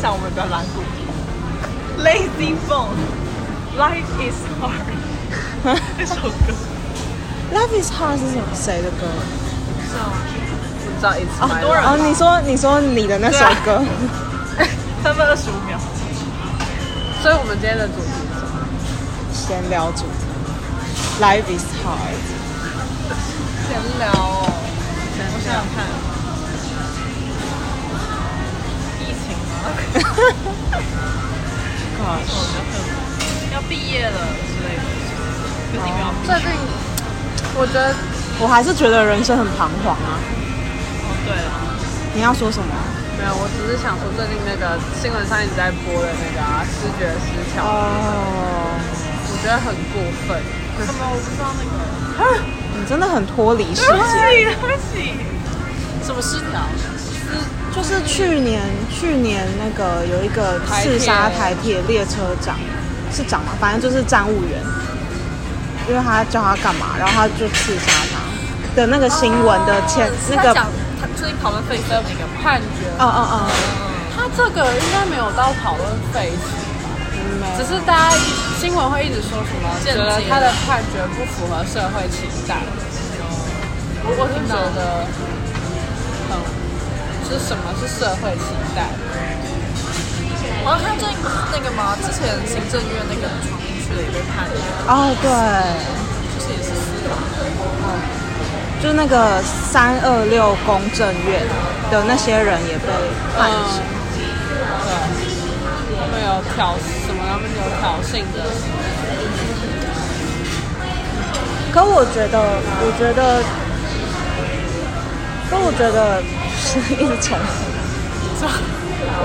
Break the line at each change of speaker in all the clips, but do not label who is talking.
享我们的蓝骨精。Lazy Bone, Life is Hard，这首歌
Love is hard 是什么谁的歌？
是啊，不知道 It's
哦
My Life
哦，你说你说你的那首歌，
三分二十五秒。所以我们今天的主题是什么？
闲聊主题，Life is hard。
闲聊哦，我想想看，疫情吗？ 哦
Gosh，
要毕业了之类的，可是你们要
最近我觉得
我还是觉得人生很彷徨啊。
哦对了，
你要说什么？
没有，我只是想说最近那个新闻上一直在播的那个啊，视觉失调，
哦，
我觉得很过分。
什么我不知道那个。
啊你真的很脱离世
对不
界。
起，对不起。什么失调？
就是去年去年那个有一个刺杀台铁列车长，是长嘛，反正就是站务员，因为他叫他干嘛，然后他就刺杀他的那个新闻的前、那个，
讲
哦
他最近讨论废车那个判决，
哦
他这个应该没有到讨论废车，
哦，
只是大家新闻会一直说什么，觉
间接
得他的判决不符合社会期待。我我是觉得，嗯，是什么是社会期待？
我要看最近不是那个吗？之前行政院那个闯进去的也被判了，
哦对，
就是也是私的。
就是那个三二六公证院的那些人也被判刑。
对，他们有挑什么？他们有挑衅的
可我觉得，我觉得，可我觉得一直重复。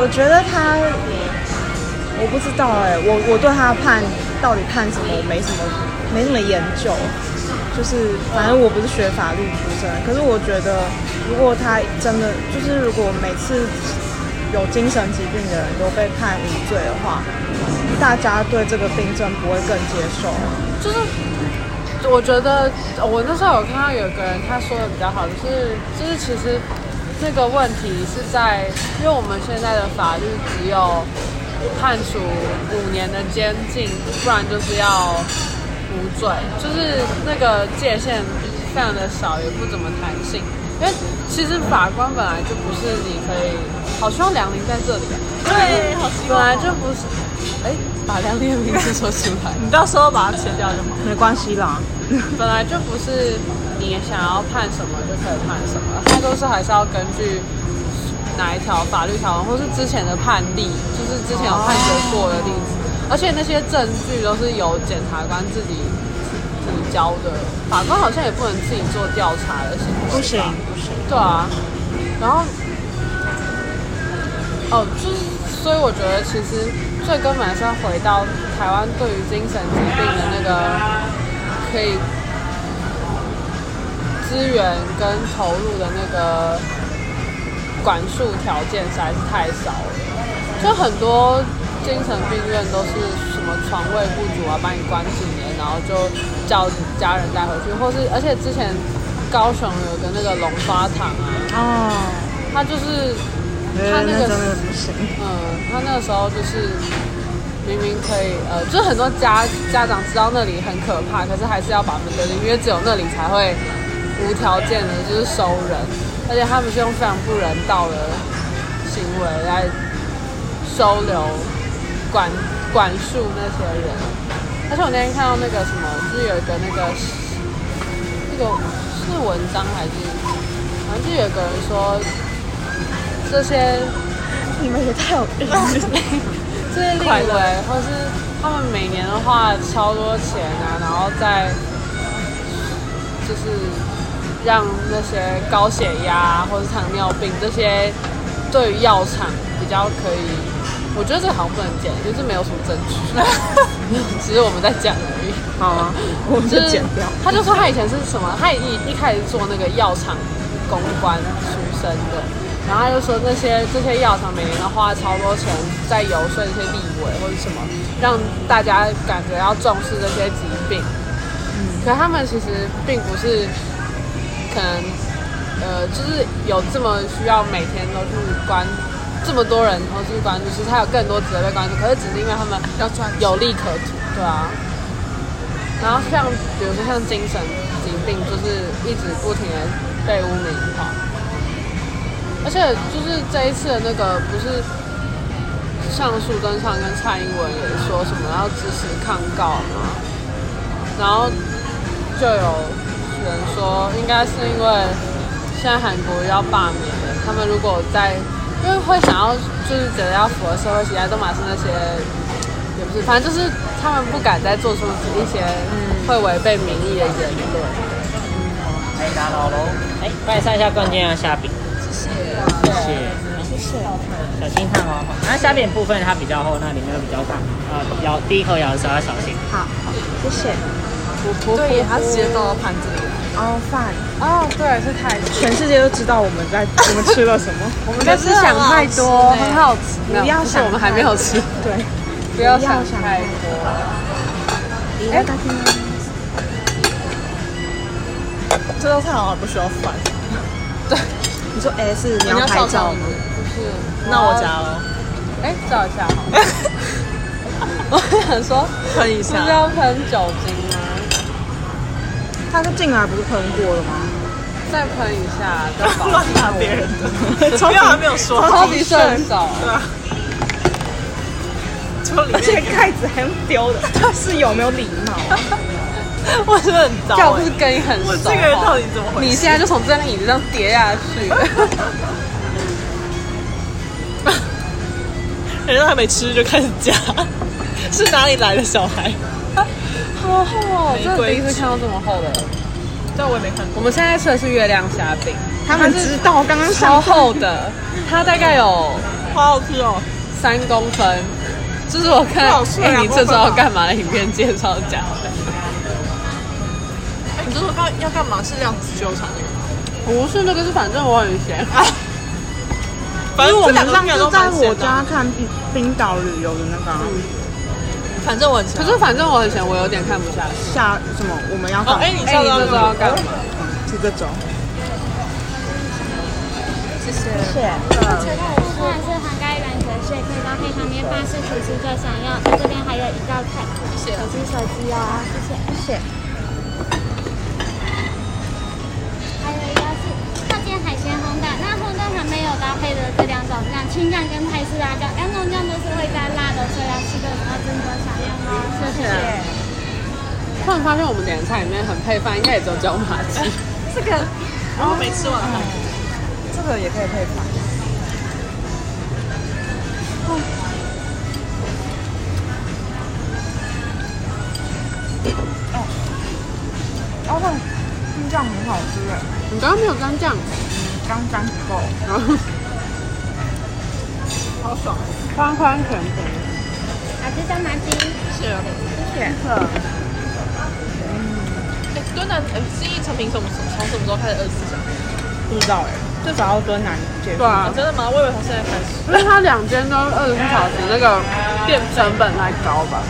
我觉得他，我不知道哎、我我对他判到底判什么，我没什么没什么研究。就是反正我不是学法律出身，可是我觉得，如果他真的就是如果每次有精神疾病的人都被判无罪的话，大家对这个病症不会更接受。
就是我觉得我那时候有看到有个人他说的比较好，就是就是其实那个问题是在，因为我们现在的法律只有判处五年的监禁，不然就是要无罪，就是那个界限非常的少，也不怎么弹性。因为其实法官本来就不是你可以，好希望梁玲在这里、啊，
对，好希
本
望
来
哦。
就不是，哎，把梁玲的名字说出来。
你到时候把它切掉就好。
没关系啦。
本来就不是你想要判什么就可以判什么，它都是还是要根据哪一条法律条文，或是之前的判例，就是之前有判决过的例子，而且那些证据都是由检察官自己提交的，法官好像也不能自己做调查的行为，
不行不行，
对啊，然后，哦，就是，所以我觉得其实最根本还是要回到台湾对于精神疾病的那个可以资源跟投入的那个管束条件实在是太少了，就很多精神病院都是什么床位不足啊，把你关几年，然后就叫家人带回去，或是而且之前高雄有个那个龙发堂啊，
哦，
他就是
那
他那
哎那
个
真的不行。
嗯，他那个时候就是明明可以，呃，就是很多家家长知道那里很可怕，可是还是要把他们丢进，因为只有那里才会无条件的，就是收人，而且他们是用非常不人道的行为来收留、管管束那些人。而且我那天看到那个什么，就是有一个那个那个是文章还是，反正就有个人说这些
你们也太有意思了。
这些立委或是他们每年的话超多钱啊，然后再就是让那些高血压、啊、或是糖尿病这些对于药厂比较可以，我觉得这好像不能讲，就是没有什么证据， 只是我们在讲而已。
好啊，我们就剪掉。。
他就说他以前是什么？他一一开始做那个药厂公关出身的，然后他就说那些这些药厂每年都花超多钱在游说这些立委或者什么，让大家感觉要重视这些疾病。嗯，可他们其实并不是可能呃，就是有这么需要每天都去关这么多人同时去关注，其实还有更多值得被关注。可是只是因为他们
要专注
有利可图，对啊。然后像比如说像精神疾病，就是一直不停的被污名化，而且就是这一次的那个不是像树登上跟蔡英文也说什么要支持抗告嘛，然后就有人说应该是因为现在韩国要罢免了，他们如果在因为会想要就是觉得要符合社会期待，都马是那些也不是，反正就是他们不敢再做出一些会违背民意的言论。
哎，打扰喽。哎，帮你上一下冠军啊，虾饼。谢谢。谢谢。小心烫哦。那虾饼部分它比较厚，那里面又比较烫，啊，咬第一口咬的时候要小心。
好，好， 谢谢。
对，他直接倒到盘子里。
哦，饭，
啊
哦，对，是泰式。
全世界都知道我们在 我们吃了什么。
我们
不要是想太多，很好吃。
不
是
要
我
想
们还没有吃，
对，
不要想太多。
哎，这道菜好像不需要饭。
对，
你说哎是你
你
要
要
拍
照
照
照
吗？
不是，
那我加喽。
哎，照一下好了。我想说，
哦
喷一
不是要喷酒精啊吗？
它是进来不是喷过了 吗？
再喷一下，再保
乱打别人的， 因为还没有说，
超级顺手。
对啊，就里
而且
面
盖子还用丢 的，它是有没有礼貌啊？
我真的很糟
要不
欸
是跟你很熟，
我这个人到底怎么回
你
事？
现在就从这张椅子上跌下去。
人家还没吃就开始 夹，是哪里来的小孩？
好厚哦！
玫
真的
瑰
第一次看到这么厚的。
但我也没看过。
我们现在吃的是月亮虾饼，
他们知道刚刚
超
上
厚的，它大概有
好好吃哦！
三公分。这是我看
不好吃啊
哎、
两
你
公
这
分
周
吧
要干嘛的影片介绍讲的，
哎，你这是干要干嘛？是量子纠缠那个吗？啊
不是那个是反正我很闲，
反
因
正
为我们
这两个
上
面都
次在
蛮
我
咸的啊。
家看冰冰岛旅游的那个啊
反正我很
可
可
是反正我很闲，我有点看不下去。
下什么我们要搞，
哦哎，你
哎、
知
你
道
这周要干嘛？
是这种，
谢谢。
对，
部分是涵盖原则税，可以到黑糖面办事厨师最想要。这边还有一道菜，手机手机哦，谢谢谢谢。还有一道是靠近海鲜烘蛋，那烘蛋还没有搭配的这两种酱，青酱跟泰式辣椒，两种酱都是会加辣的，所以要吃的时候斟酌少量哦。谢谢。
突然发现我们点的菜里面很配饭，应该也只有椒麻鸡。
哎然后没吃完饭，
这个也可以配饭。哦，哦，那这样很好吃哎，
你刚刚没有蘸酱，
刚刚不够。
然后
好爽！
宽宽甜甜。
好吃椒麻鸡，
谢谢。哎，蹲南哎，新一成品什么从什么时候开始二十四小时？
不知道哎，最早要蹲南结
对啊
啊，真的吗？我以为从现在开始。
因为它两间都二十四小时，那个店成本太高吧？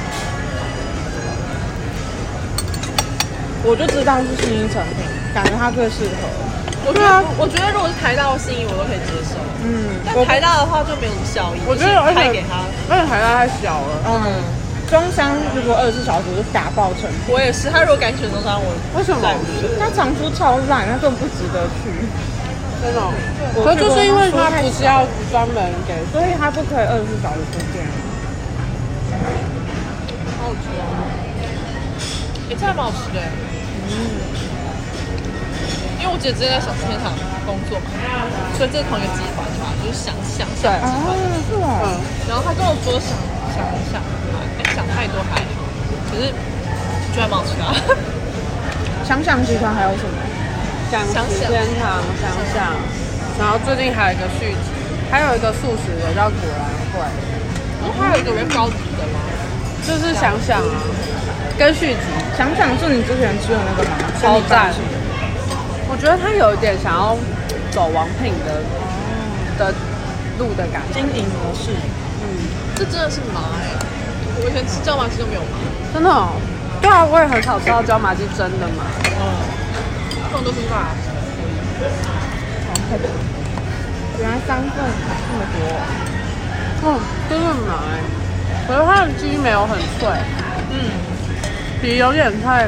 我就知道是新一成品，感觉它最适合。
我觉
啊
得，我觉得如果是台大或新一，我都可以接受。
嗯，
但台大的话就没有什么效益。
我觉得
就是
而且
拍给他，
而且海拉太小了，
嗯，中山如果二十四小时就打爆成品，
我也是。他如果敢选中山，我
为什么
再不去
那长出超烂，那根本不值得去。
那种？
我
可是就是因为它
觉得
不是要专门给，
所以它不可以二十四小时不见。
好吃
也这还蛮好吃的。欸嗯因为我姐之前在小吃天堂工作嘛，所以这是同一个集团的嘛，就是想想想集团。
是哦，
嗯，
然后她跟我说想想想，哎，想太多还好，可是觉得还蛮好吃的、啊。
想想集团还有什么？
想
想
时
想
间长想想，然后最近还有一个续集，还有一个素食的叫果然会，
然后还有一个比较高级的嘛，
就是想想啊，跟续集，
想想是你之前吃的那个吗？
超赞我觉得它有一点想要走王品的的路的感觉。
经营模式，
这真的是麻哎、我以前吃椒麻鸡都没有麻，
真的、哦？对啊，我也很少吃到椒麻鸡真的嘛。
这种都是辣。
原来三份这么多。
哦，真的很难哎。可是它的鸡没有很脆，
嗯，
皮有点太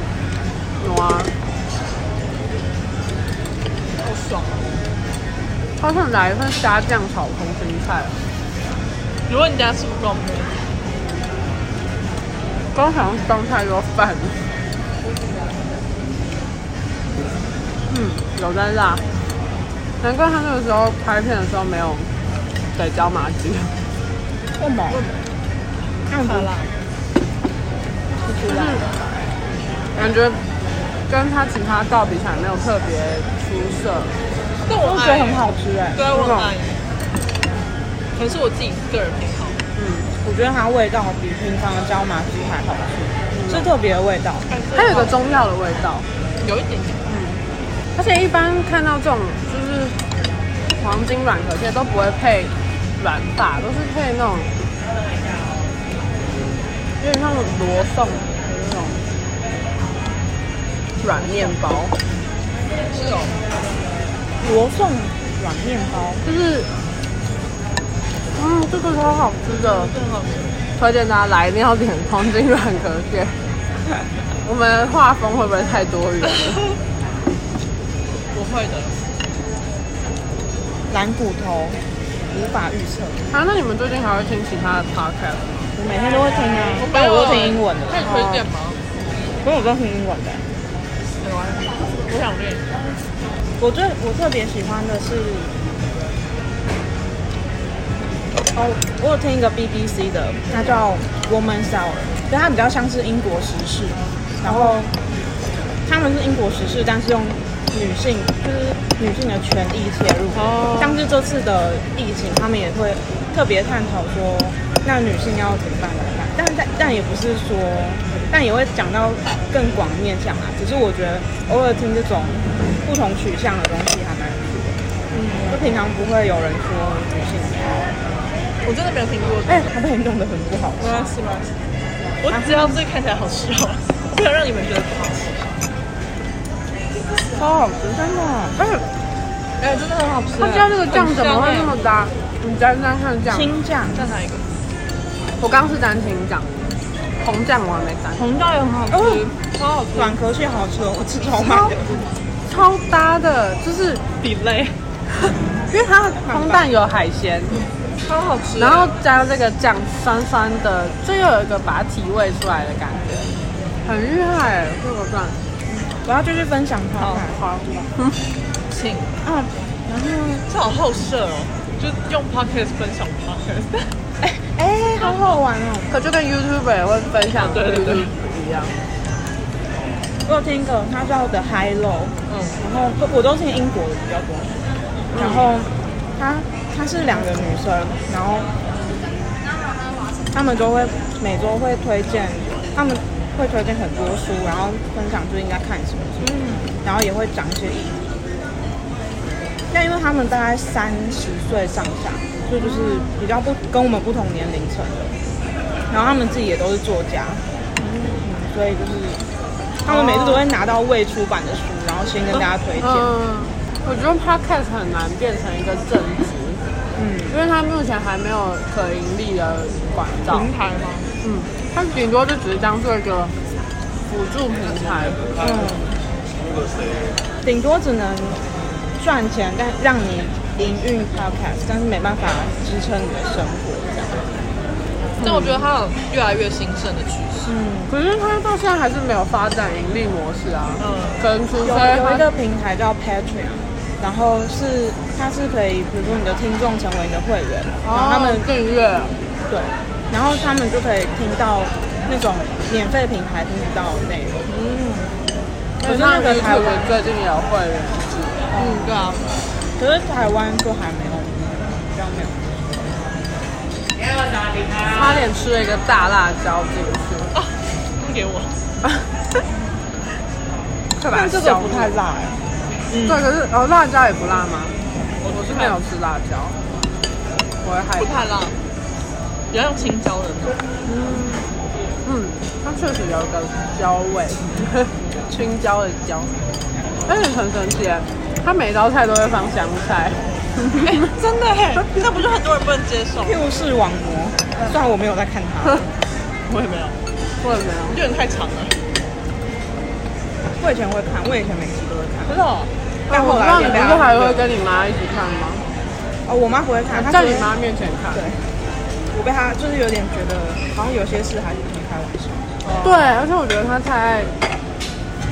软，
好爽。
好想来一份虾酱炒空心菜哦。
如果你等下吃不够，我们
刚好像当太多饭了。嗯，有在辣，难怪他那个时候拍片的时候没有给椒麻鸡。
为什么？
就好了。
感觉跟他其他道比起来没有特别出色。
但我
我觉
爱
得很好，吃哎、
对啊，我很爱。可是我自己个人偏好，
我觉得它味道比平常的椒麻鸡还好吃，是特别的味道。
它有一个中药的味道，嗯
有一点点。
而且一般看到这种就是黄金软壳蟹都不会配软发，都是配那种有点像罗宋的那种软面包，
罗宋软面包，
就是。嗯，这个超好吃的，推荐大家来，一定要点黄金软壳蟹。我们画风会不会太多 元？
不会的，
蓝骨头，无法预测。
啊，那你们最近还会听其他的 podcast 吗？
我每天都会听啊，但
没有
我都听英文的。
那你推荐吗？
哦
所以我都听英文的。
我想练。
我最我特别喜欢的是，哦，我有听一个 BBC 的，它叫 Woman's Hour，就它比较像是英国时事，然后他们是英国时事，但是用女性就是女性的权益切入，
哦
像是这次的疫情，他们也会特别探讨说，那女性要怎么办怎么办，但但但也不是说，但也会讲到更广面向啊，只是我觉得偶尔听这种不同取向的东西还蛮有趣的，嗯，就平常不会有人说女性，
我真的没有听过。
哎、他被你弄得很不好，
啊，是吗？我只要这看起来好吃哦，不要让你们觉得不好吃。
超好吃，真的，
哎，真的很好吃。
他家这个酱怎么会那么搭？你沾沾看酱，
青酱
再啊来一个？
我刚是沾青酱，红酱我还没沾，
红酱也很好吃，哦、软壳蟹好吃哦，我吃超慢的，
超搭的，就是
比累，
因为它烘蛋有海鲜，
超好吃
然后加这个酱酸酸的，就又有一个把它提味出来的感觉，很厉害，这个算
我要继续分享它
好。
好。
嗯请，
嗯，哦然后
这好好色哦，就用 podcast 分享 podcast。
哎、好好玩哦！啊
可就跟 YouTuber 会分享
对对对
YouTube 一样，
我有听一个，它叫 The High Low，嗯，然后都我都听英国的比较多，然后它它是两个女生，然后她们都会每周会推荐，她们会推荐很多书，然后分享最近在看什么书，然后也会讲一些议题。但因为她们大概三十岁上下，所以就是比较不跟我们不同年龄层的，然后她们自己也都是作家，嗯，所以就是他们每次都会拿到未出版的书，然后先跟大家推荐。
嗯，我觉得 Podcast 很难变成一个正职，
嗯，
因为它目前还没有可盈利的管道。
台吗？
嗯，它顶多就只是当做一个辅助平台。
嗯，顶多只能赚钱，但让你营运 podcast，但是没办法支撑你的生活这样。
但我觉得它有越来越兴盛的趋
嗯，
势。
可是它到现在还是没有发展盈利模式啊。
嗯，
可能除非
有有一
它
个平台叫 Patreon，然后是它是可以，比如说你的听众成为你的会员，然后他们
哦订阅，
对，然后他们就可以听到那种免费平台听不到的内容。
可
可
是
是
那
嗯那
个
个台湾
YouTube 最近也有会员制，
嗯，对啊，
可是台湾就还没有，比较没有。
差点吃了一个大辣椒进去，
不给我。
快把它
但这个
消
不
灭
太。辣哎、
对，可是哦，辣椒也不辣吗？我我是没有吃辣椒，我会害
不
怕。
太辣，比较用青椒的那种。
嗯，它确实有一个椒 味，青椒的椒，而且很神奇耶，它每道菜都会放香菜，
哎、真的哎、这不就很多人不能接受？
又是网膜，虽然我没有在看 它，
我也没有，
我也没有。
我觉得太长了。
我以前会看，我以前每集都会看，
真的、哦？
但
哎我
后来
那你
就
不
被
是还
它
会跟你妈一起看吗？
哦，我妈不会看，她
在你
只会
妈面前看。
对，我被她就是有点觉得，好像有些事还是不能开玩笑。
对，而且我觉得他太爱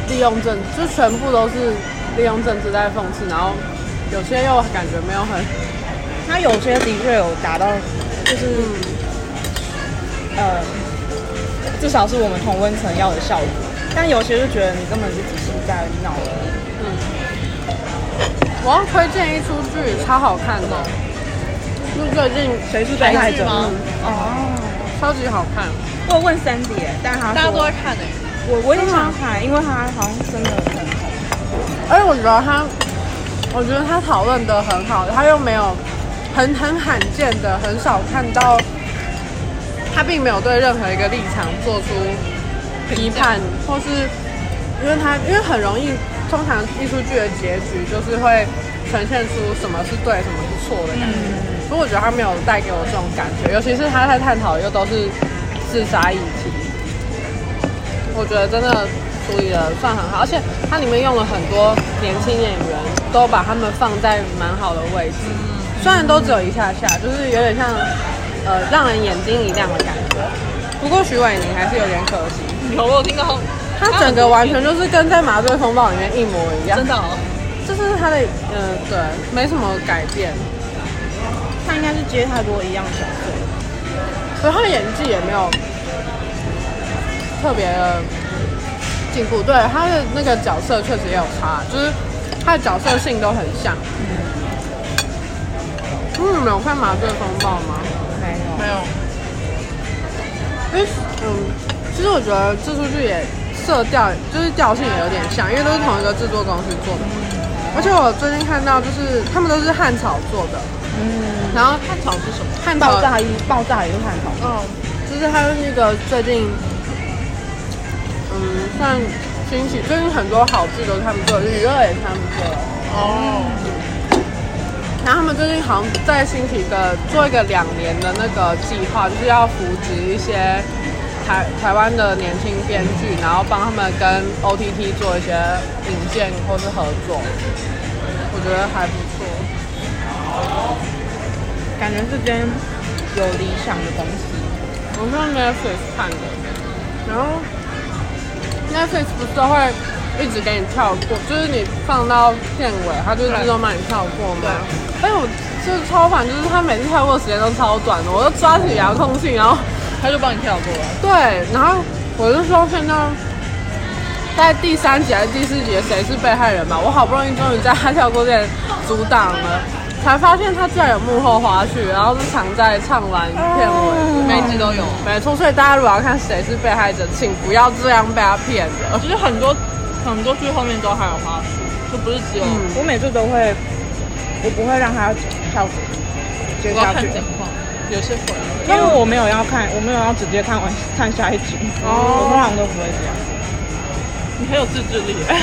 利用政，就全部都是利用政治在讽刺，然后有些又感觉没有很
她有些的确有达到，就是
嗯
呃，至少是我们同温层要的效果，但有些就觉得你根本就只是在闹而已。
我要推荐一出剧，超好看的，就最近
谁是被害者？
台剧吗
哦，
超级好看。
我有问三弟耶，但他
大家都
说
在看哎、
我我也想看，因为他好像真的很红。
而且我觉得他，我觉得他讨论的很好，他又没有很很罕见的，很少看到，他并没有对任何一个立场做出批判，或是因为他因为很容易，通常艺术剧的结局就是会呈现出什么是对，什么是错的感觉。所以我觉得他没有带给我这种感觉，尤其是他在探讨的又都是自杀议题，我觉得真的处理的算很好，而且它里面用了很多年轻演员，都把他们放在蛮好的位置，
嗯
虽然都只有一下下，就是有点像呃让人眼睛一亮的感觉。不过徐伟宁还是有点可惜，
有我有听到，
他整个完全就是跟在《麻醉风暴》里面一模一样，
真的、哦，
就是他的嗯、呃、对，没什么改变。
他应该是接太多一样角色，
所以他的演技也没有特别的进步。对他的那个角色确实也有差，就是他的角色性都很像。嗯，你们有看《麻醉风暴》吗？
没有。
没有，
因为嗯，其实我觉得这出剧也色调就是调性也有点像，因为都是同一个制作公司做的。而且我最近看到，就是他们都是汉草做的，
嗯，
然后
看草是什么？
汉
爆
草
啊
炸一爆炸也是汉堡，
哦，就是他那个最近，嗯，算兴起，最近很多好剧都是他们做的，娱乐也是他们做的。
哦，
然后他们最近好像在兴起一个做一个两年的那个计划，就是要扶植一些台台湾的年轻编剧，然后帮他们跟 OTT 做一些引荐或是合作，我觉得还不错。
感觉这边有理想的东西。
我是用 Netflix 看的，然后 Netflix 不是都会一直给你跳过，就是你放到片尾，它就自动帮你跳过吗？但是我就是超烦，就是它每次跳过的时间都超短的，我就抓起遥控器，然后
他就帮你跳过了。
对，然后我就说现在在第三集还是第四集的谁是被害人吧，我好不容易终于在他跳过这阻挡了。才发现他居然有幕后花絮，然后是藏在唱完片尾，
每一集都有，
没错，所以大家如果要看谁是被害者，请不要这样被他骗了。
就是很多很多剧后面都还有花絮，就不是只有
嗯，
我每次都会，我不会让他跳过，接
我
下
要看
去，
情况，有些会啊。
因为我没有要看，我没有要直接看完看下一集，
哦
我通常都不会这样。
你很有自 制力耶，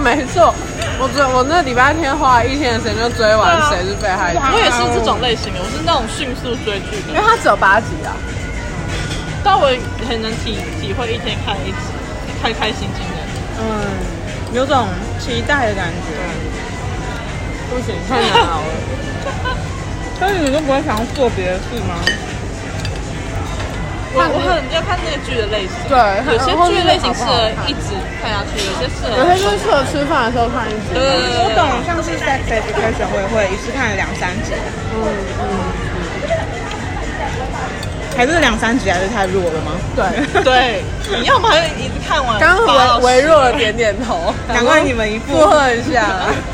没错，我昨我那礼拜天花了一天的时间就追完
对啊
谁是被害者，
我也是这种类型的，我是那种迅速追剧
因为
的，
它只有八集啊。
但我很能体体会一天看一集，开开心心的。
嗯，有种期待的感觉，
不行，太难 熬了。
但是你都不会想要做别的事吗？
我
看
我很要看那个剧的类型，
对，
有些剧的类型适合
一，
一直看下去，有些适合呃
有些就是适合吃饭的时候看一集。
对对啊
我懂，像是 Sex Education 我也会一次看了两三集，
嗯嗯，
还是两三集还是太弱了吗？
对。
对，你要么一直看完，
刚
八
刚
到十
微微弱了点点头，
难怪你们一副
附和一下。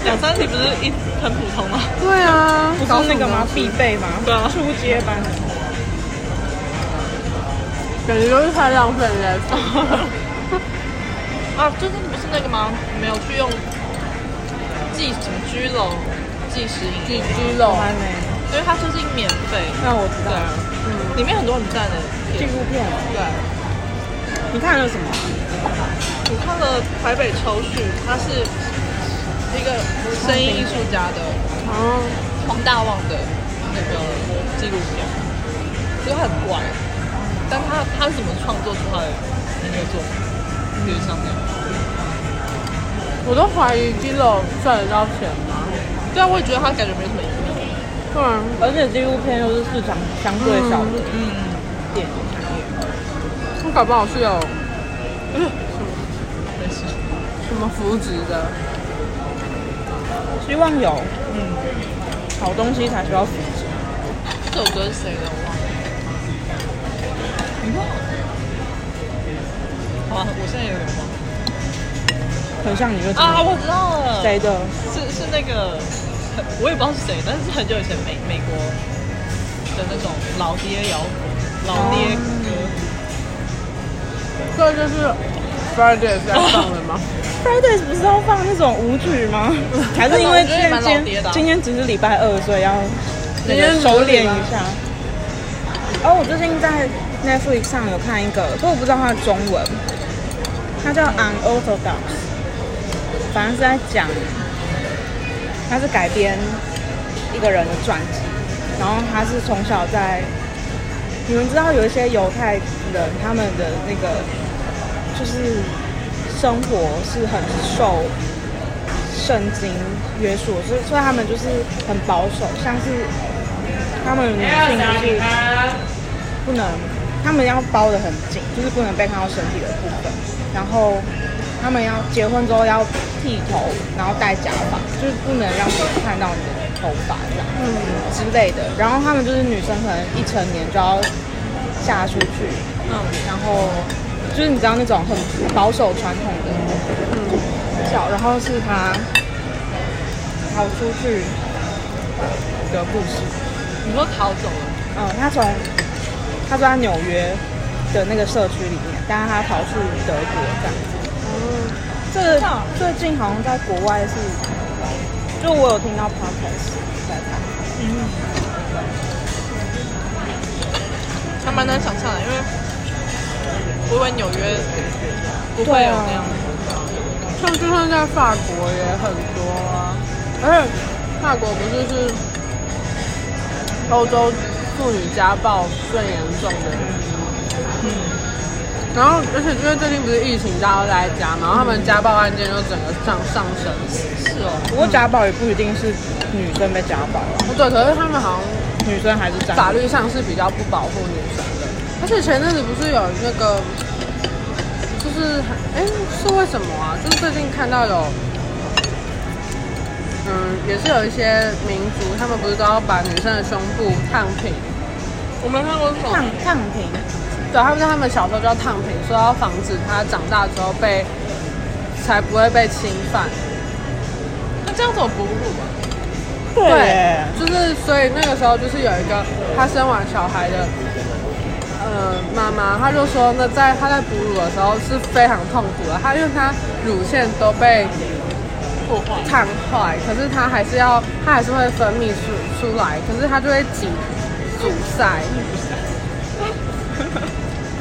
两三集不是一很普通吗？
对啊，
不是那个吗？必备吗？
对啊
初阶班。
感觉就是太浪费人家时间了。
啊，最近不是那个吗？没有去用计什么居楼计时
居
音，
居肉，
还没。
因为它最近免费，
那我知
对
道
啊
了。，
里面很多很赞的
纪
片，
录片，
对，啊
你看了什么？
我看了台北抽序，它是一个声音艺术家的，
哦，
黄大旺的那个纪录片，觉得他很怪，但他他是怎么创作出他的音乐作品？音乐上面，
我都怀疑 Gillo 赚得到钱吗？
对啊，我也觉得他感觉没什么意义。
不然
而且纪录片又是市场相对小的
嗯，
电影产业，
他搞不好是有
没事。
什么扶植的。
希望有，嗯，好东西才需要扶持。
这首歌是谁的？我忘了。你忘了？啊，我现在有点忘了。
很像你就知
啊，
道
我知道了。
谁的？
是是那个，我也不知道是谁，但是很久以前美美国的那种老爹摇滚、老爹歌，
这就是 Friday 在上的吗？
Fridays 不是要放那种舞曲 吗？还是因为今
我觉得蛮
天
老爹的啊
今天只是礼拜二，所以要那个收敛一下。哦，我最近在 Netflix 上有看一个，可我不知道它的中文，它叫 Unorthodox，反正是在讲，它是改编一个人的传记，然后他是从小在，你们知道有一些犹太人他们的那个就是生活是很受圣经约束，所以所以他们就是很保守，像是呃他们女性就是不能，他们要包的很紧，就是不能被看到身体的部分，然后他们要结婚之后要剃头，然后戴假发，就是不能让别人看到你的头发这样，嗯之类的。然后他们就是女生可能一成年就要嫁出去，嗯，然后就是你知道那种很保守传统的
嗯
教，然后是他逃出去的故事。
你说逃走了，
嗯，他从他住在纽约的那个社区里面，但是他逃去德国这样子。
嗯
这个
啊
最近好像在国外是，就我有听到 podcast 在看。
还蛮难想象的，因为我以为纽约不会
对
有
啊
那样的。
像就算在法国也很多啊，而且法国不是是欧洲妇女家暴最严重的，嗯，然后而且因为最近不是疫情，大家都在家嘛，然后他们家暴案件就整个上上升，
不过家暴也不一定是女生被家暴啊，
对，可是他们好像
女生还是家
法律上是比较不保护女生的。而且前阵子不是有那个，就是哎、是为什么啊？就是最近看到有，嗯，也是有一些民族，他们不是都要把女生的胸部烫平？
我没看过这种
烫烫平，
对，他们在他们小时候就要烫平，说要防止她长大之后被，才不会被侵犯。
那这样怎么哺乳啊？
耶
就是所以那个时候就是有一个她生完小孩的，呃，妈妈，她就说那在她在哺乳的时候是非常痛苦的，她因为她乳腺都被
破坏，
烫坏，可是她还是要，她还是会分泌出出来，可是她就会挤阻塞。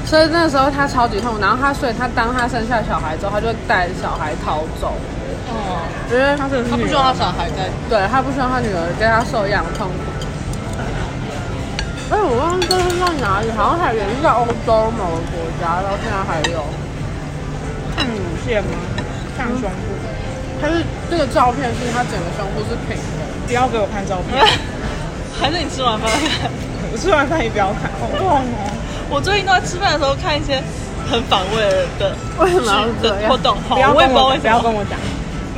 所以那时候她超级痛，然后她所以她当她生下小孩之后，她就带着小孩逃走，
哦，
因为她
她真的
他
是
不
女
希望他
人。
小孩在，
对他不希望他女儿跟他受一样的痛苦。哎，我忘记这是在哪里，好像还也是在欧洲某个国家，到现在还有。
烫乳腺吗？烫胸部？
它嗯是这个照片是他整个胸部是平的，
不要给我看照片，
还是你吃完饭再看？
我吃完饭也不要看，好痛哦！
我最近都在吃饭的时候看一些很反胃的
为什
剧
么要这
的或
样？
动画，
不要
哦我也不
跟
知
我不
道为什
要
么
跟，我讲，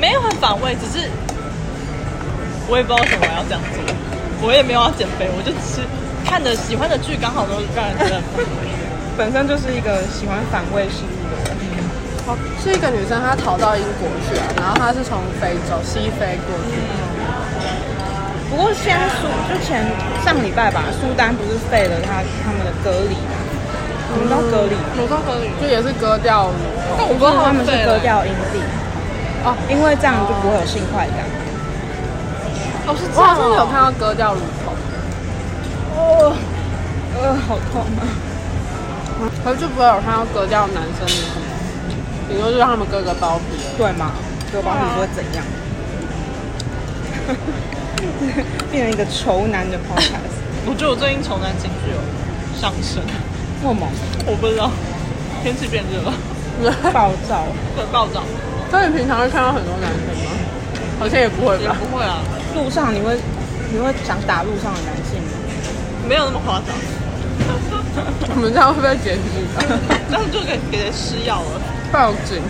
没有很反胃，只是我也不知道为什么我要这样做，我也没有要减肥，我就吃看的喜欢的剧刚好都让人觉得
本身就是一个喜欢反胃食物的人。
哦是一个女生，她逃到英国去了，然后她是从非洲西非过去，
不过现在苏就前 上礼拜吧，苏丹不是废了他他们的隔离吗？你们知道隔离吗？
乳头可以。
就也是割掉乳头。
我
道
他们是割掉阴蒂
哦，
因为这样就不会有性快感。
哦，是
我
这
好
样
像有
哦。
看到割掉乳头，
哦，呃，好痛啊！
可是就不会有看到割掉男生的什么，顶多就让他们割个包皮而已。
对吗？割包皮会怎样？啊变成一个仇男的 podcast，
我觉得我最近重男情绪有上升，
莫猛
我不知道，天气变热了，
暴躁。
会暴躁，
所以你平常会看到很多男生吗？好像也不会
也
吧。
不会啊，
路上你会你会想打路上的男性吗？
没有那么夸张，
我们这样会不会检举啊？
但是就给给人施药了，
报警。